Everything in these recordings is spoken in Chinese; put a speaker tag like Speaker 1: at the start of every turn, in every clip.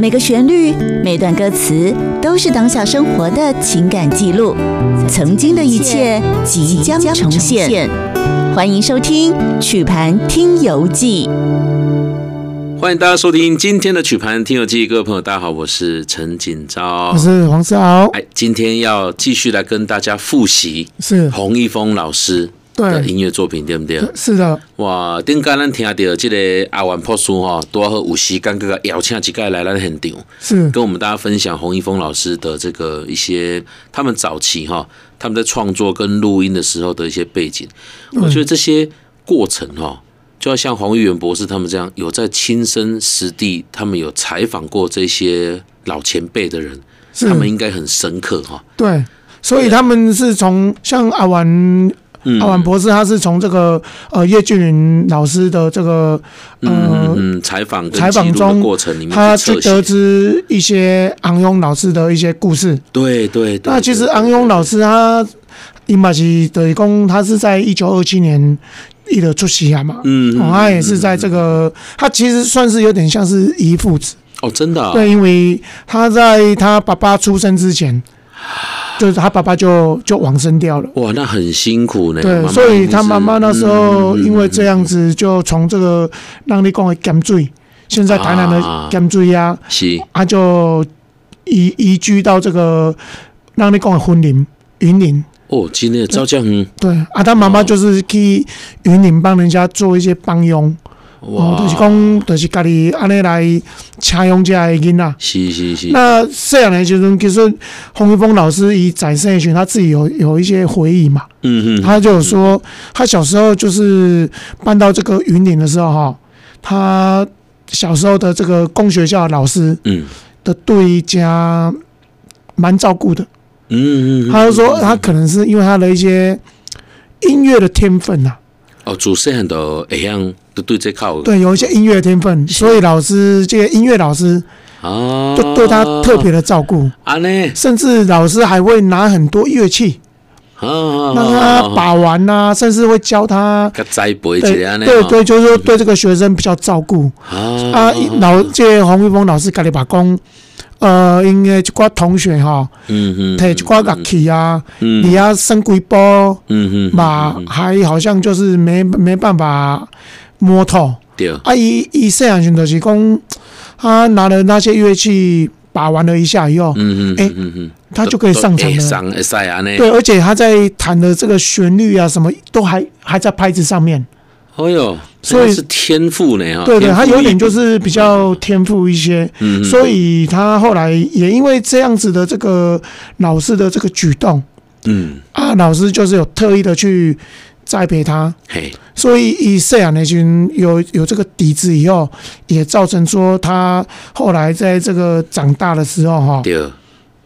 Speaker 1: 每个旋律、每段歌词都是当下生活的情感记录，曾经的一切即将重现。欢迎收听《曲盘听游记》。
Speaker 2: 欢迎大家收听今天的曲盘听友记，各位朋友，大家好，我是陈锦昭
Speaker 3: 我。是黄世豪，
Speaker 2: 哦哎，今天要继续来跟大家复习
Speaker 3: 是
Speaker 2: 洪一峰老师的
Speaker 3: 对，
Speaker 2: 音乐作品，对不对？
Speaker 3: 是的，
Speaker 2: 哇，顶间咱听到这个阿元破书哈，多好有时间个邀请几个来咱现场，
Speaker 3: 是
Speaker 2: 跟我们大家分享洪一峰老师的这个一些他们早期哈，他们在创作跟录音的时候的一些背景。
Speaker 3: 嗯
Speaker 2: 我觉得这些过程哈，就要像黄玉元博士他们这样，有在亲身实地，他们有采访过这些老前辈的人，
Speaker 3: 是
Speaker 2: 他，们应该很深刻哈。
Speaker 3: 对，所以他们是从像阿婉
Speaker 2: 嗯
Speaker 3: 阿婉博士，他是从这个呃叶俊云老师的这个
Speaker 2: 嗯
Speaker 3: 呃
Speaker 2: 嗯，采访跟
Speaker 3: 采
Speaker 2: 记
Speaker 3: 访
Speaker 2: 录的
Speaker 3: 中
Speaker 2: 过程里面
Speaker 3: 他
Speaker 2: 去
Speaker 3: 去
Speaker 2: 侧写，
Speaker 3: 得知一些昂庸老师的一些故事。
Speaker 2: 对对对。
Speaker 3: 那其实
Speaker 2: 对
Speaker 3: 昂庸老师他伊嘛是等于讲他是在一九二七年伊的出席啊嘛，
Speaker 2: 嗯
Speaker 3: 哦
Speaker 2: 嗯
Speaker 3: 他也是在这个他其实算是有点像是姨父子。
Speaker 2: 哦，真的啊
Speaker 3: 对，因为他在他爸爸出生之前，就是他爸爸就就往生掉了。
Speaker 2: 哇，那很辛苦呢。
Speaker 3: 对，
Speaker 2: 妈妈
Speaker 3: 所
Speaker 2: 一
Speaker 3: 以
Speaker 2: 定
Speaker 3: 他
Speaker 2: 是
Speaker 3: 妈妈那时候
Speaker 2: 嗯嗯
Speaker 3: 因为
Speaker 2: 嗯
Speaker 3: 这样子，就从这个让你讲的甘罪，现在台南
Speaker 2: 啊
Speaker 3: 的甘罪呀，
Speaker 2: 是
Speaker 3: 他啊就移移居到这个让你讲的婚林云林。
Speaker 2: 哦，今天的赵江嗯
Speaker 3: 对，啊，他妈妈就是去云林帮人家做一些帮佣，哦，就是讲，就是家己安尼来请佣这些囡仔。
Speaker 2: 是是是，
Speaker 3: 那这两年其实其实洪一峰老师以展现一群他自己有有一些回忆嘛，
Speaker 2: 嗯嗯，
Speaker 3: 他就有说他小时候就是搬到这个云林的时候哈，他小时候的这个工学校的老师
Speaker 2: 嗯
Speaker 3: 的对家蛮照顾的，
Speaker 2: 嗯嗯，
Speaker 3: 他就说
Speaker 2: 嗯
Speaker 3: 他可能是因为他的一些音乐的天分呐、
Speaker 2: 哦，主持人都会样都对这靠
Speaker 3: 对，有一些音乐的天分，所以老师这个音乐老师
Speaker 2: 啊，
Speaker 3: 就对他特别的照顾，
Speaker 2: 啊呢，
Speaker 3: 甚至老师还会拿很多乐器。
Speaker 2: 啊，
Speaker 3: 让他把玩呐、甚至会教他。
Speaker 2: 个栽培一
Speaker 3: 对
Speaker 2: 下呢，
Speaker 3: 对对，就
Speaker 2: 嗯
Speaker 3: 是说对这个学生比较照顾
Speaker 2: 啊
Speaker 3: 啊。老
Speaker 2: 嗯
Speaker 3: 这个洪玉峰老师家己把讲，呃，因为一寡同学吼，
Speaker 2: 嗯嗯，
Speaker 3: 摕一寡乐器啊，
Speaker 2: 嗯
Speaker 3: 你啊升几波
Speaker 2: 嗯嗯
Speaker 3: 嘛，还好像就是没没办法摸透
Speaker 2: 对，
Speaker 3: 啊。伊伊细汉时候就是讲，他拿了那些乐器把玩了一下以后，
Speaker 2: 嗯嗯嗯嗯，
Speaker 3: 他就可以上场了。
Speaker 2: 上赛啊呢，
Speaker 3: 啊哎对，而且他在弹的这个旋律啊，什么都还还在拍子上面。
Speaker 2: 哎呦，是啊天赋呢哈，
Speaker 3: 对对，他有点就是比较天赋一些，
Speaker 2: 嗯嗯
Speaker 3: 所以他后来也因为这样子的这个老师的这个举动
Speaker 2: 嗯，
Speaker 3: 啊，老师就是有特意的去栽培他，
Speaker 2: 嘿，
Speaker 3: 所以以塞亚那群有有这个底子以后，也造成说他后来在这个长大的时候哈
Speaker 2: 对，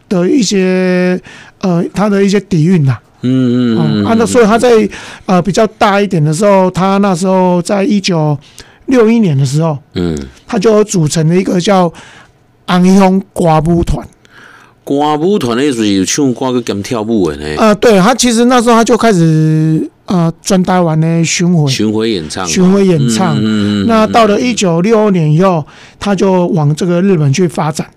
Speaker 3: 的一些呃他的一些底蕴呐、
Speaker 2: 嗯
Speaker 3: 嗯，
Speaker 2: 嗯，
Speaker 3: 啊，那所以他在呃比较大一点的时候，他那时候在一九六一年的时候。
Speaker 2: 嗯。
Speaker 3: 他就组成了一个叫昂一红歌舞团。
Speaker 2: 歌舞团的就是有唱歌跟兼跳舞的呢，
Speaker 3: 呃，对他其实那时候他就开始呃专台湾的巡回
Speaker 2: 巡回演唱嘛，
Speaker 3: 巡回演唱。
Speaker 2: 嗯
Speaker 3: 那到了一九六二年以后，他就往这个日本去发展。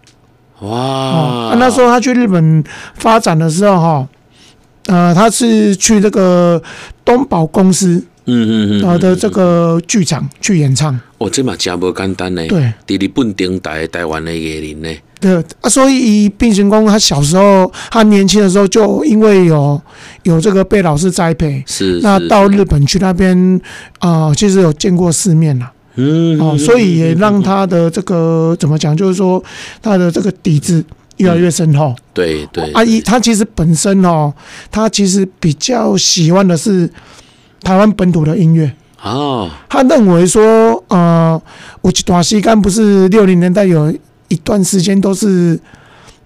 Speaker 2: 哇
Speaker 3: 哦、啊，那时候他去日本发展的时候，哈，呃，他是去这个东宝公司
Speaker 2: 嗯嗯嗯
Speaker 3: 呃的这个剧场去演唱。
Speaker 2: 哦，这嘛真无简单呢。
Speaker 3: 对，
Speaker 2: 伫日本顶台台湾的艺人呢，
Speaker 3: 对啊，所以变形工他小时候，他年轻的时候就因为有有这个被老师栽培，
Speaker 2: 是
Speaker 3: 那
Speaker 2: 是
Speaker 3: 到日本去那边啊、呃其实有见过世面了
Speaker 2: 嗯
Speaker 3: 哦、
Speaker 2: 嗯
Speaker 3: 所以也让他的这个怎么讲，就是说他的这个底子越来越深厚。
Speaker 2: 对嗯对
Speaker 3: 阿姨、
Speaker 2: 对
Speaker 3: 他其实本身哦，他其实比较喜欢的是台湾本土的音乐。
Speaker 2: 哦，
Speaker 3: 他认为说，呃，我一段时间不是六零年代有一段时间都是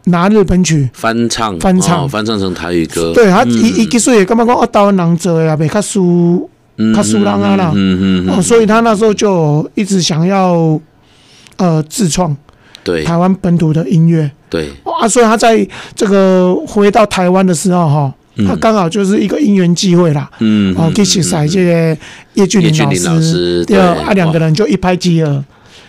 Speaker 3: 拿日本曲，
Speaker 2: 翻唱
Speaker 3: 翻唱
Speaker 2: 哦翻唱成台语歌，
Speaker 3: 对他
Speaker 2: 嗯
Speaker 3: 一一技术也干嘛讲啊，台湾人做的也袂较输
Speaker 2: 嗯
Speaker 3: 较输人啊啦
Speaker 2: 嗯嗯嗯
Speaker 3: 哦，
Speaker 2: 嗯，
Speaker 3: 所以他那时候就一直想要呃自创
Speaker 2: 对
Speaker 3: 台湾本土的音乐、
Speaker 2: 对，
Speaker 3: 哦、啊，所以他在这个回到台湾的时候哈，
Speaker 2: 嗯
Speaker 3: 他刚好就是一个因缘际会啦，
Speaker 2: 嗯
Speaker 3: 哦，
Speaker 2: 嗯
Speaker 3: 去识识这个叶俊
Speaker 2: 叶
Speaker 3: 林
Speaker 2: 俊
Speaker 3: 老
Speaker 2: 林老
Speaker 3: 师，
Speaker 2: 师，
Speaker 3: 第二啊两个
Speaker 2: 人
Speaker 3: 人就一拍即合。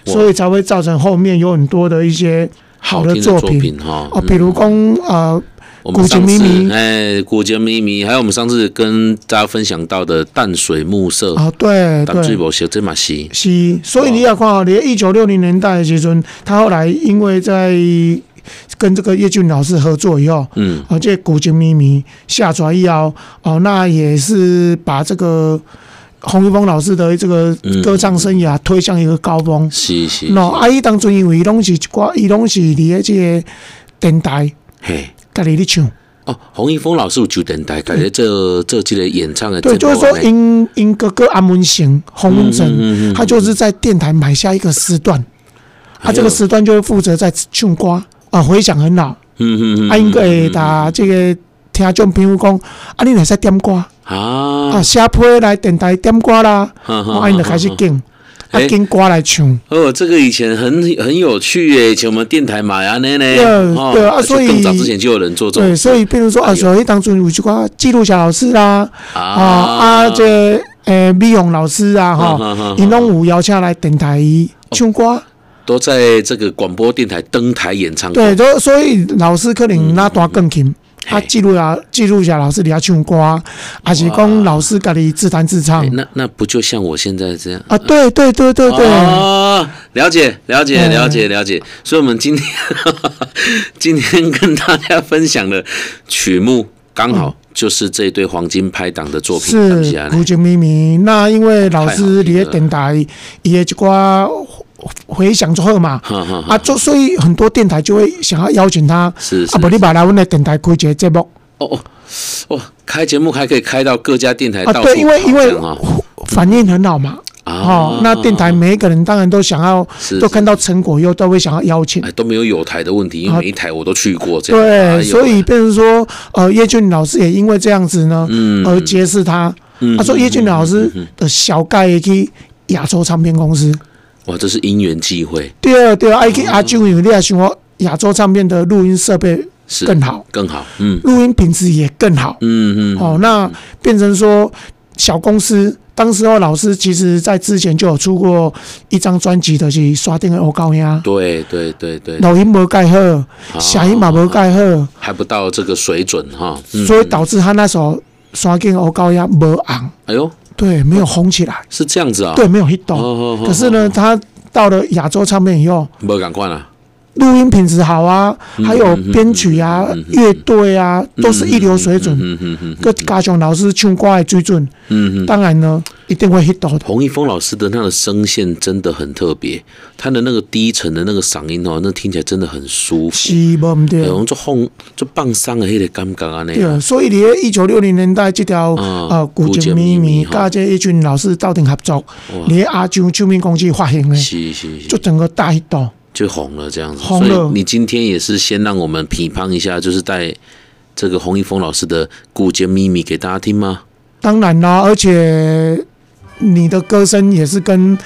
Speaker 3: 所以才会造成后面有很多的一些好的
Speaker 2: 听
Speaker 3: 作
Speaker 2: 的
Speaker 3: 品
Speaker 2: 品哈嗯
Speaker 3: 哦，比如讲呃，
Speaker 2: 我们
Speaker 3: 古井
Speaker 2: 上次
Speaker 3: 咪咪
Speaker 2: 哎，古杰咪咪，还有我们上次跟大家分享到的淡水暮色，
Speaker 3: 啊，对
Speaker 2: 淡水
Speaker 3: 对。
Speaker 2: 某些这马西，
Speaker 3: 是，所以你也看哦，连一九六零年代的时阵，他后来因为在跟这个叶俊老师合作以后，
Speaker 2: 嗯，
Speaker 3: 啊，这古今秘密下传一摇哦，那也是把这个洪一峰老师的这个
Speaker 2: 嗯
Speaker 3: 歌唱生涯推向一个高峰。
Speaker 2: 是是，
Speaker 3: 那
Speaker 2: 是
Speaker 3: 啊，伊当初因为伊拢是一寡，伊拢是伫诶即个电台
Speaker 2: 嘿。
Speaker 3: 家己咧唱，
Speaker 2: 哦，洪一峰老师有九等台，感觉这这期的演唱的
Speaker 3: 对，
Speaker 2: 节
Speaker 3: 就
Speaker 2: 目
Speaker 3: 是说
Speaker 2: 哎
Speaker 3: 因因哥哥安文成、洪文成，
Speaker 2: 嗯嗯嗯嗯
Speaker 3: 他就是在电台买下一个时段，
Speaker 2: 哎
Speaker 3: 啊，
Speaker 2: 呦
Speaker 3: 这个时段就会负责在唱歌啊，回响很好，
Speaker 2: 嗯嗯嗯
Speaker 3: 啊，因个会打这个听众朋友讲，啊，你会使点歌。
Speaker 2: 啊
Speaker 3: 啊，，写批来电台点歌啦，
Speaker 2: 哈哈
Speaker 3: 啊，因就开始敬，啊
Speaker 2: 哎，
Speaker 3: 敬歌来唱，
Speaker 2: 哦，这个以前很很有趣耶，以前我们电台嘛，安呢呢，
Speaker 3: 对
Speaker 2: 哦
Speaker 3: 对啊
Speaker 2: 就
Speaker 3: 所以
Speaker 2: 更早之前就有人做这种
Speaker 3: 对，所以比如说
Speaker 2: 哎呦
Speaker 3: 啊，所以当初有一寡记录小老师啦，
Speaker 2: 啊
Speaker 3: 啊啊，这诶美容老师啊，
Speaker 2: 嗯嗯嗯
Speaker 3: 吼
Speaker 2: 嗯，
Speaker 3: 因拢有邀请来电台
Speaker 2: 哦
Speaker 3: 唱歌，
Speaker 2: 都在这个广播电台登台演唱过
Speaker 3: 对，都所以老师可能拉弹钢琴。
Speaker 2: 嘿
Speaker 3: 啊，记录啊，记录下老师底下唱歌，还是讲老师家己自弹自唱
Speaker 2: 哎那那不就像我现在这样？
Speaker 3: 啊？对对对对对，
Speaker 2: 哦，了解，了解，
Speaker 3: 嗯
Speaker 2: 了解，了解。所以，我们今天 今天跟大家分享的曲目，刚好就是这对黄金拍档的作品，是不是
Speaker 3: 是
Speaker 2: 啊？
Speaker 3: 古井咪咪。那因为老师伫咧电台，伊的一寡回响之后嘛，
Speaker 2: 哈哈哈
Speaker 3: 啊，就所以很多电台就会想要邀请他，啊，
Speaker 2: 是是
Speaker 3: 不
Speaker 2: 是
Speaker 3: 你把来阮的电台开一个节目
Speaker 2: 哦哦哦，开节目还可以开到各家电台
Speaker 3: 啊
Speaker 2: 到，处
Speaker 3: 对，因为
Speaker 2: 跑
Speaker 3: 因为
Speaker 2: 这样啊
Speaker 3: 反应很好嘛，
Speaker 2: 啊，
Speaker 3: 哦那电台每一个人当然都想要
Speaker 2: 是
Speaker 3: 都看到成果以后都会想要邀请。
Speaker 2: 哎都没有有台的问题，因为
Speaker 3: 啊
Speaker 2: 每一台我都去过，这样哎
Speaker 3: 对，
Speaker 2: 呦
Speaker 3: 所以变成说，呃，叶俊老师也因为这样子呢，
Speaker 2: 嗯
Speaker 3: 而结识他。
Speaker 2: 嗯
Speaker 3: 他说叶俊老师的小概也去亚洲唱片公司，
Speaker 2: 哇，这是因缘际会，
Speaker 3: 对啊，
Speaker 2: 哦
Speaker 3: 对啊，啊，去阿舅有你也想我亚洲唱片的录音设备
Speaker 2: 是
Speaker 3: 更好，
Speaker 2: 更好，嗯
Speaker 3: 录音品质也更好。
Speaker 2: 嗯嗯，
Speaker 3: 哦，那变成说小公司，当时候老师其实在之前就有出过一张专辑的是刷定的欧高呀，
Speaker 2: 对啊对对对，
Speaker 3: 录音无盖好，声音嘛无盖好，
Speaker 2: 还不到这个水准哈，嗯，
Speaker 3: 所以导致他那首刷定欧高呀没昂，
Speaker 2: 哎呦，
Speaker 3: 对，没有红起来，
Speaker 2: 是这样子啊，
Speaker 3: 对，没有 hit
Speaker 2: 哦
Speaker 3: 到。
Speaker 2: 哦，哦
Speaker 3: 可是，呢，他到了亚洲唱片以后，
Speaker 2: 没赶快了，
Speaker 3: 录音品质好啊，还有编曲啊
Speaker 2: 嗯嗯嗯嗯、
Speaker 3: 乐队啊，都是一流水准。
Speaker 2: 嗯嗯嗯
Speaker 3: 各加上老师唱歌的水准，
Speaker 2: 嗯嗯。
Speaker 3: 当然呢，一定会 hit 到的。
Speaker 2: 洪一峰老师的那个声线真的很特别，他的那个低沉的那个嗓音哦，那听起来真的很舒服，
Speaker 3: 是，无毋
Speaker 2: 哎
Speaker 3: 对
Speaker 2: 有。种做放做放松的迄个感觉啊安尼。
Speaker 3: 对，啊所以伫咧一九六零年代，这条
Speaker 2: 嗯
Speaker 3: 呃古
Speaker 2: 古
Speaker 3: 井
Speaker 2: 井咪
Speaker 3: 咪咪
Speaker 2: 咪吼
Speaker 3: 甲这一群老师斗阵合作，伫咧阿张唱片公司发行的，
Speaker 2: 是是
Speaker 3: 就
Speaker 2: 就
Speaker 3: 整个大 hit 到。
Speaker 2: 就红了这样子。
Speaker 3: 红了
Speaker 2: 所以你今天也是先让我们批判一下，就是带这个洪一峰老师的《古剑秘密》给大家听吗？
Speaker 3: 当然啦，而且你的歌声也是跟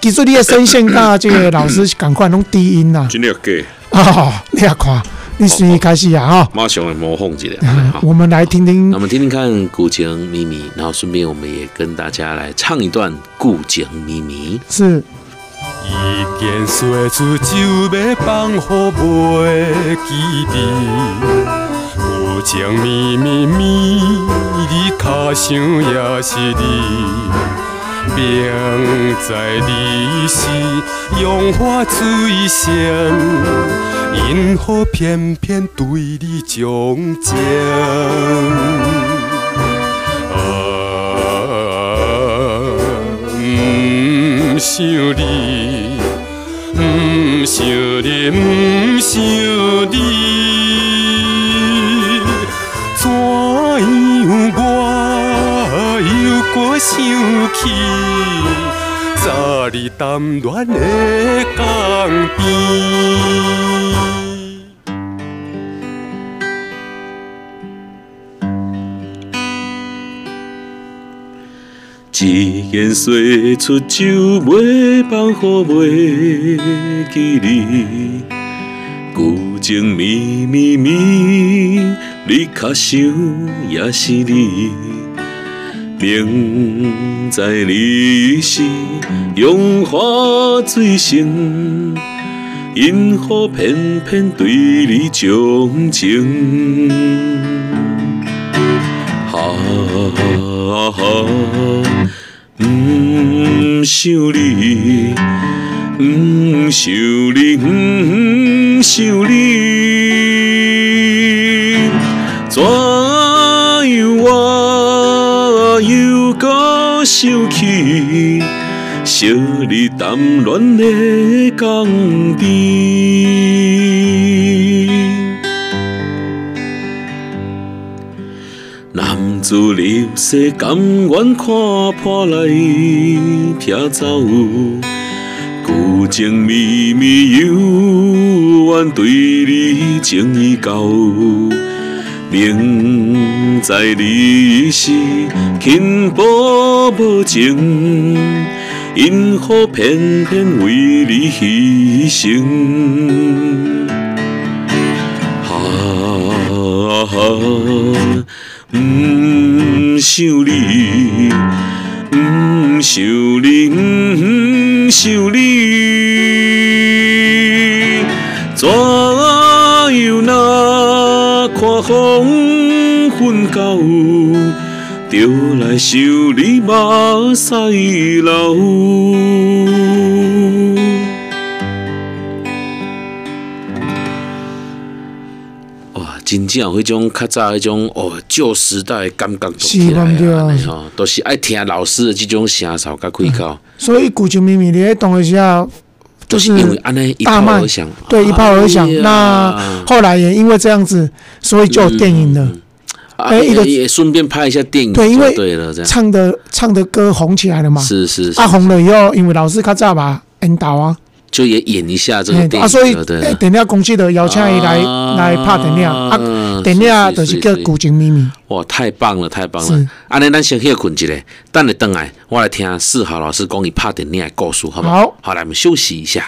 Speaker 3: 其实你的声线甲这个老师赶快拢低音啦。
Speaker 2: 今天给
Speaker 3: 哦，你也看，你先开始啊
Speaker 2: 马上来模仿一下。
Speaker 3: 哈。
Speaker 2: 好
Speaker 3: 我们来听听
Speaker 2: 那我们听听看《古剑秘密》，然后顺便我们也跟大家来唱一段《古剑秘密》。
Speaker 3: 是。
Speaker 4: 伊见说出酒要放乎袂记味，有情绵绵绵，你卡想也是你，明知你是杨花水仙，因何偏偏对你钟情？啊，唔想你，唔想你，唔想你，怎样我又搁想起早日谈恋的江边？
Speaker 2: 一言说出酒袂放乎袂记你，旧情绵绵绵，你较想也是你。明知你是用花水生，因何偏偏对你钟情？啊啊！唔想你，唔想你，唔想你，怎样我又搁想起昔日谈恋的港甜？男子入世，甘愿看破来撇走，旧情绵绵犹原对你情已厚。明知你是轻薄无情，因何偏偏为你牺牲？啊，唔想你，唔想你，唔想你，怎样那看风云到，就来想你目屎流。哇，真正有迄种较早迄种哦旧时代的感觉都起来
Speaker 3: 是嘛
Speaker 2: 啊，安尼
Speaker 3: 对
Speaker 2: 吼，都是爱听老师的即种声哨甲开口，啊
Speaker 3: 所以古琴秘密的同学下
Speaker 2: 就
Speaker 3: 就
Speaker 2: 是
Speaker 3: 是
Speaker 2: 因为安尼一
Speaker 3: 大
Speaker 2: 炮
Speaker 3: 卖
Speaker 2: 而响，，
Speaker 3: 对，一炮而响
Speaker 2: 哎呀。
Speaker 3: 那后来也因为这样子，所以就有电影了，
Speaker 2: 啊
Speaker 3: 哎一个
Speaker 2: 也顺便拍一下电影，
Speaker 3: 对因为
Speaker 2: 对了，这样
Speaker 3: 唱的唱的歌红起来了嘛。
Speaker 2: 嗯是是是
Speaker 3: 啊，，红了以后，因为老师较早吧，引导啊，
Speaker 2: 就也演一下这个
Speaker 3: 嘿
Speaker 2: 电
Speaker 3: 啊，所以
Speaker 2: 影，对
Speaker 3: 哎
Speaker 2: 了，
Speaker 3: 电影公司的邀请伊来
Speaker 2: 啊
Speaker 3: 来拍电影啊，电影就是叫《古琴秘密》。
Speaker 2: 哇，太棒了，太棒了
Speaker 3: 是！
Speaker 2: 安尼，咱先歇困一下，等你回来，我来听世豪老师讲伊拍电影的故事，好不
Speaker 3: 好
Speaker 2: 好来，我们休息一下。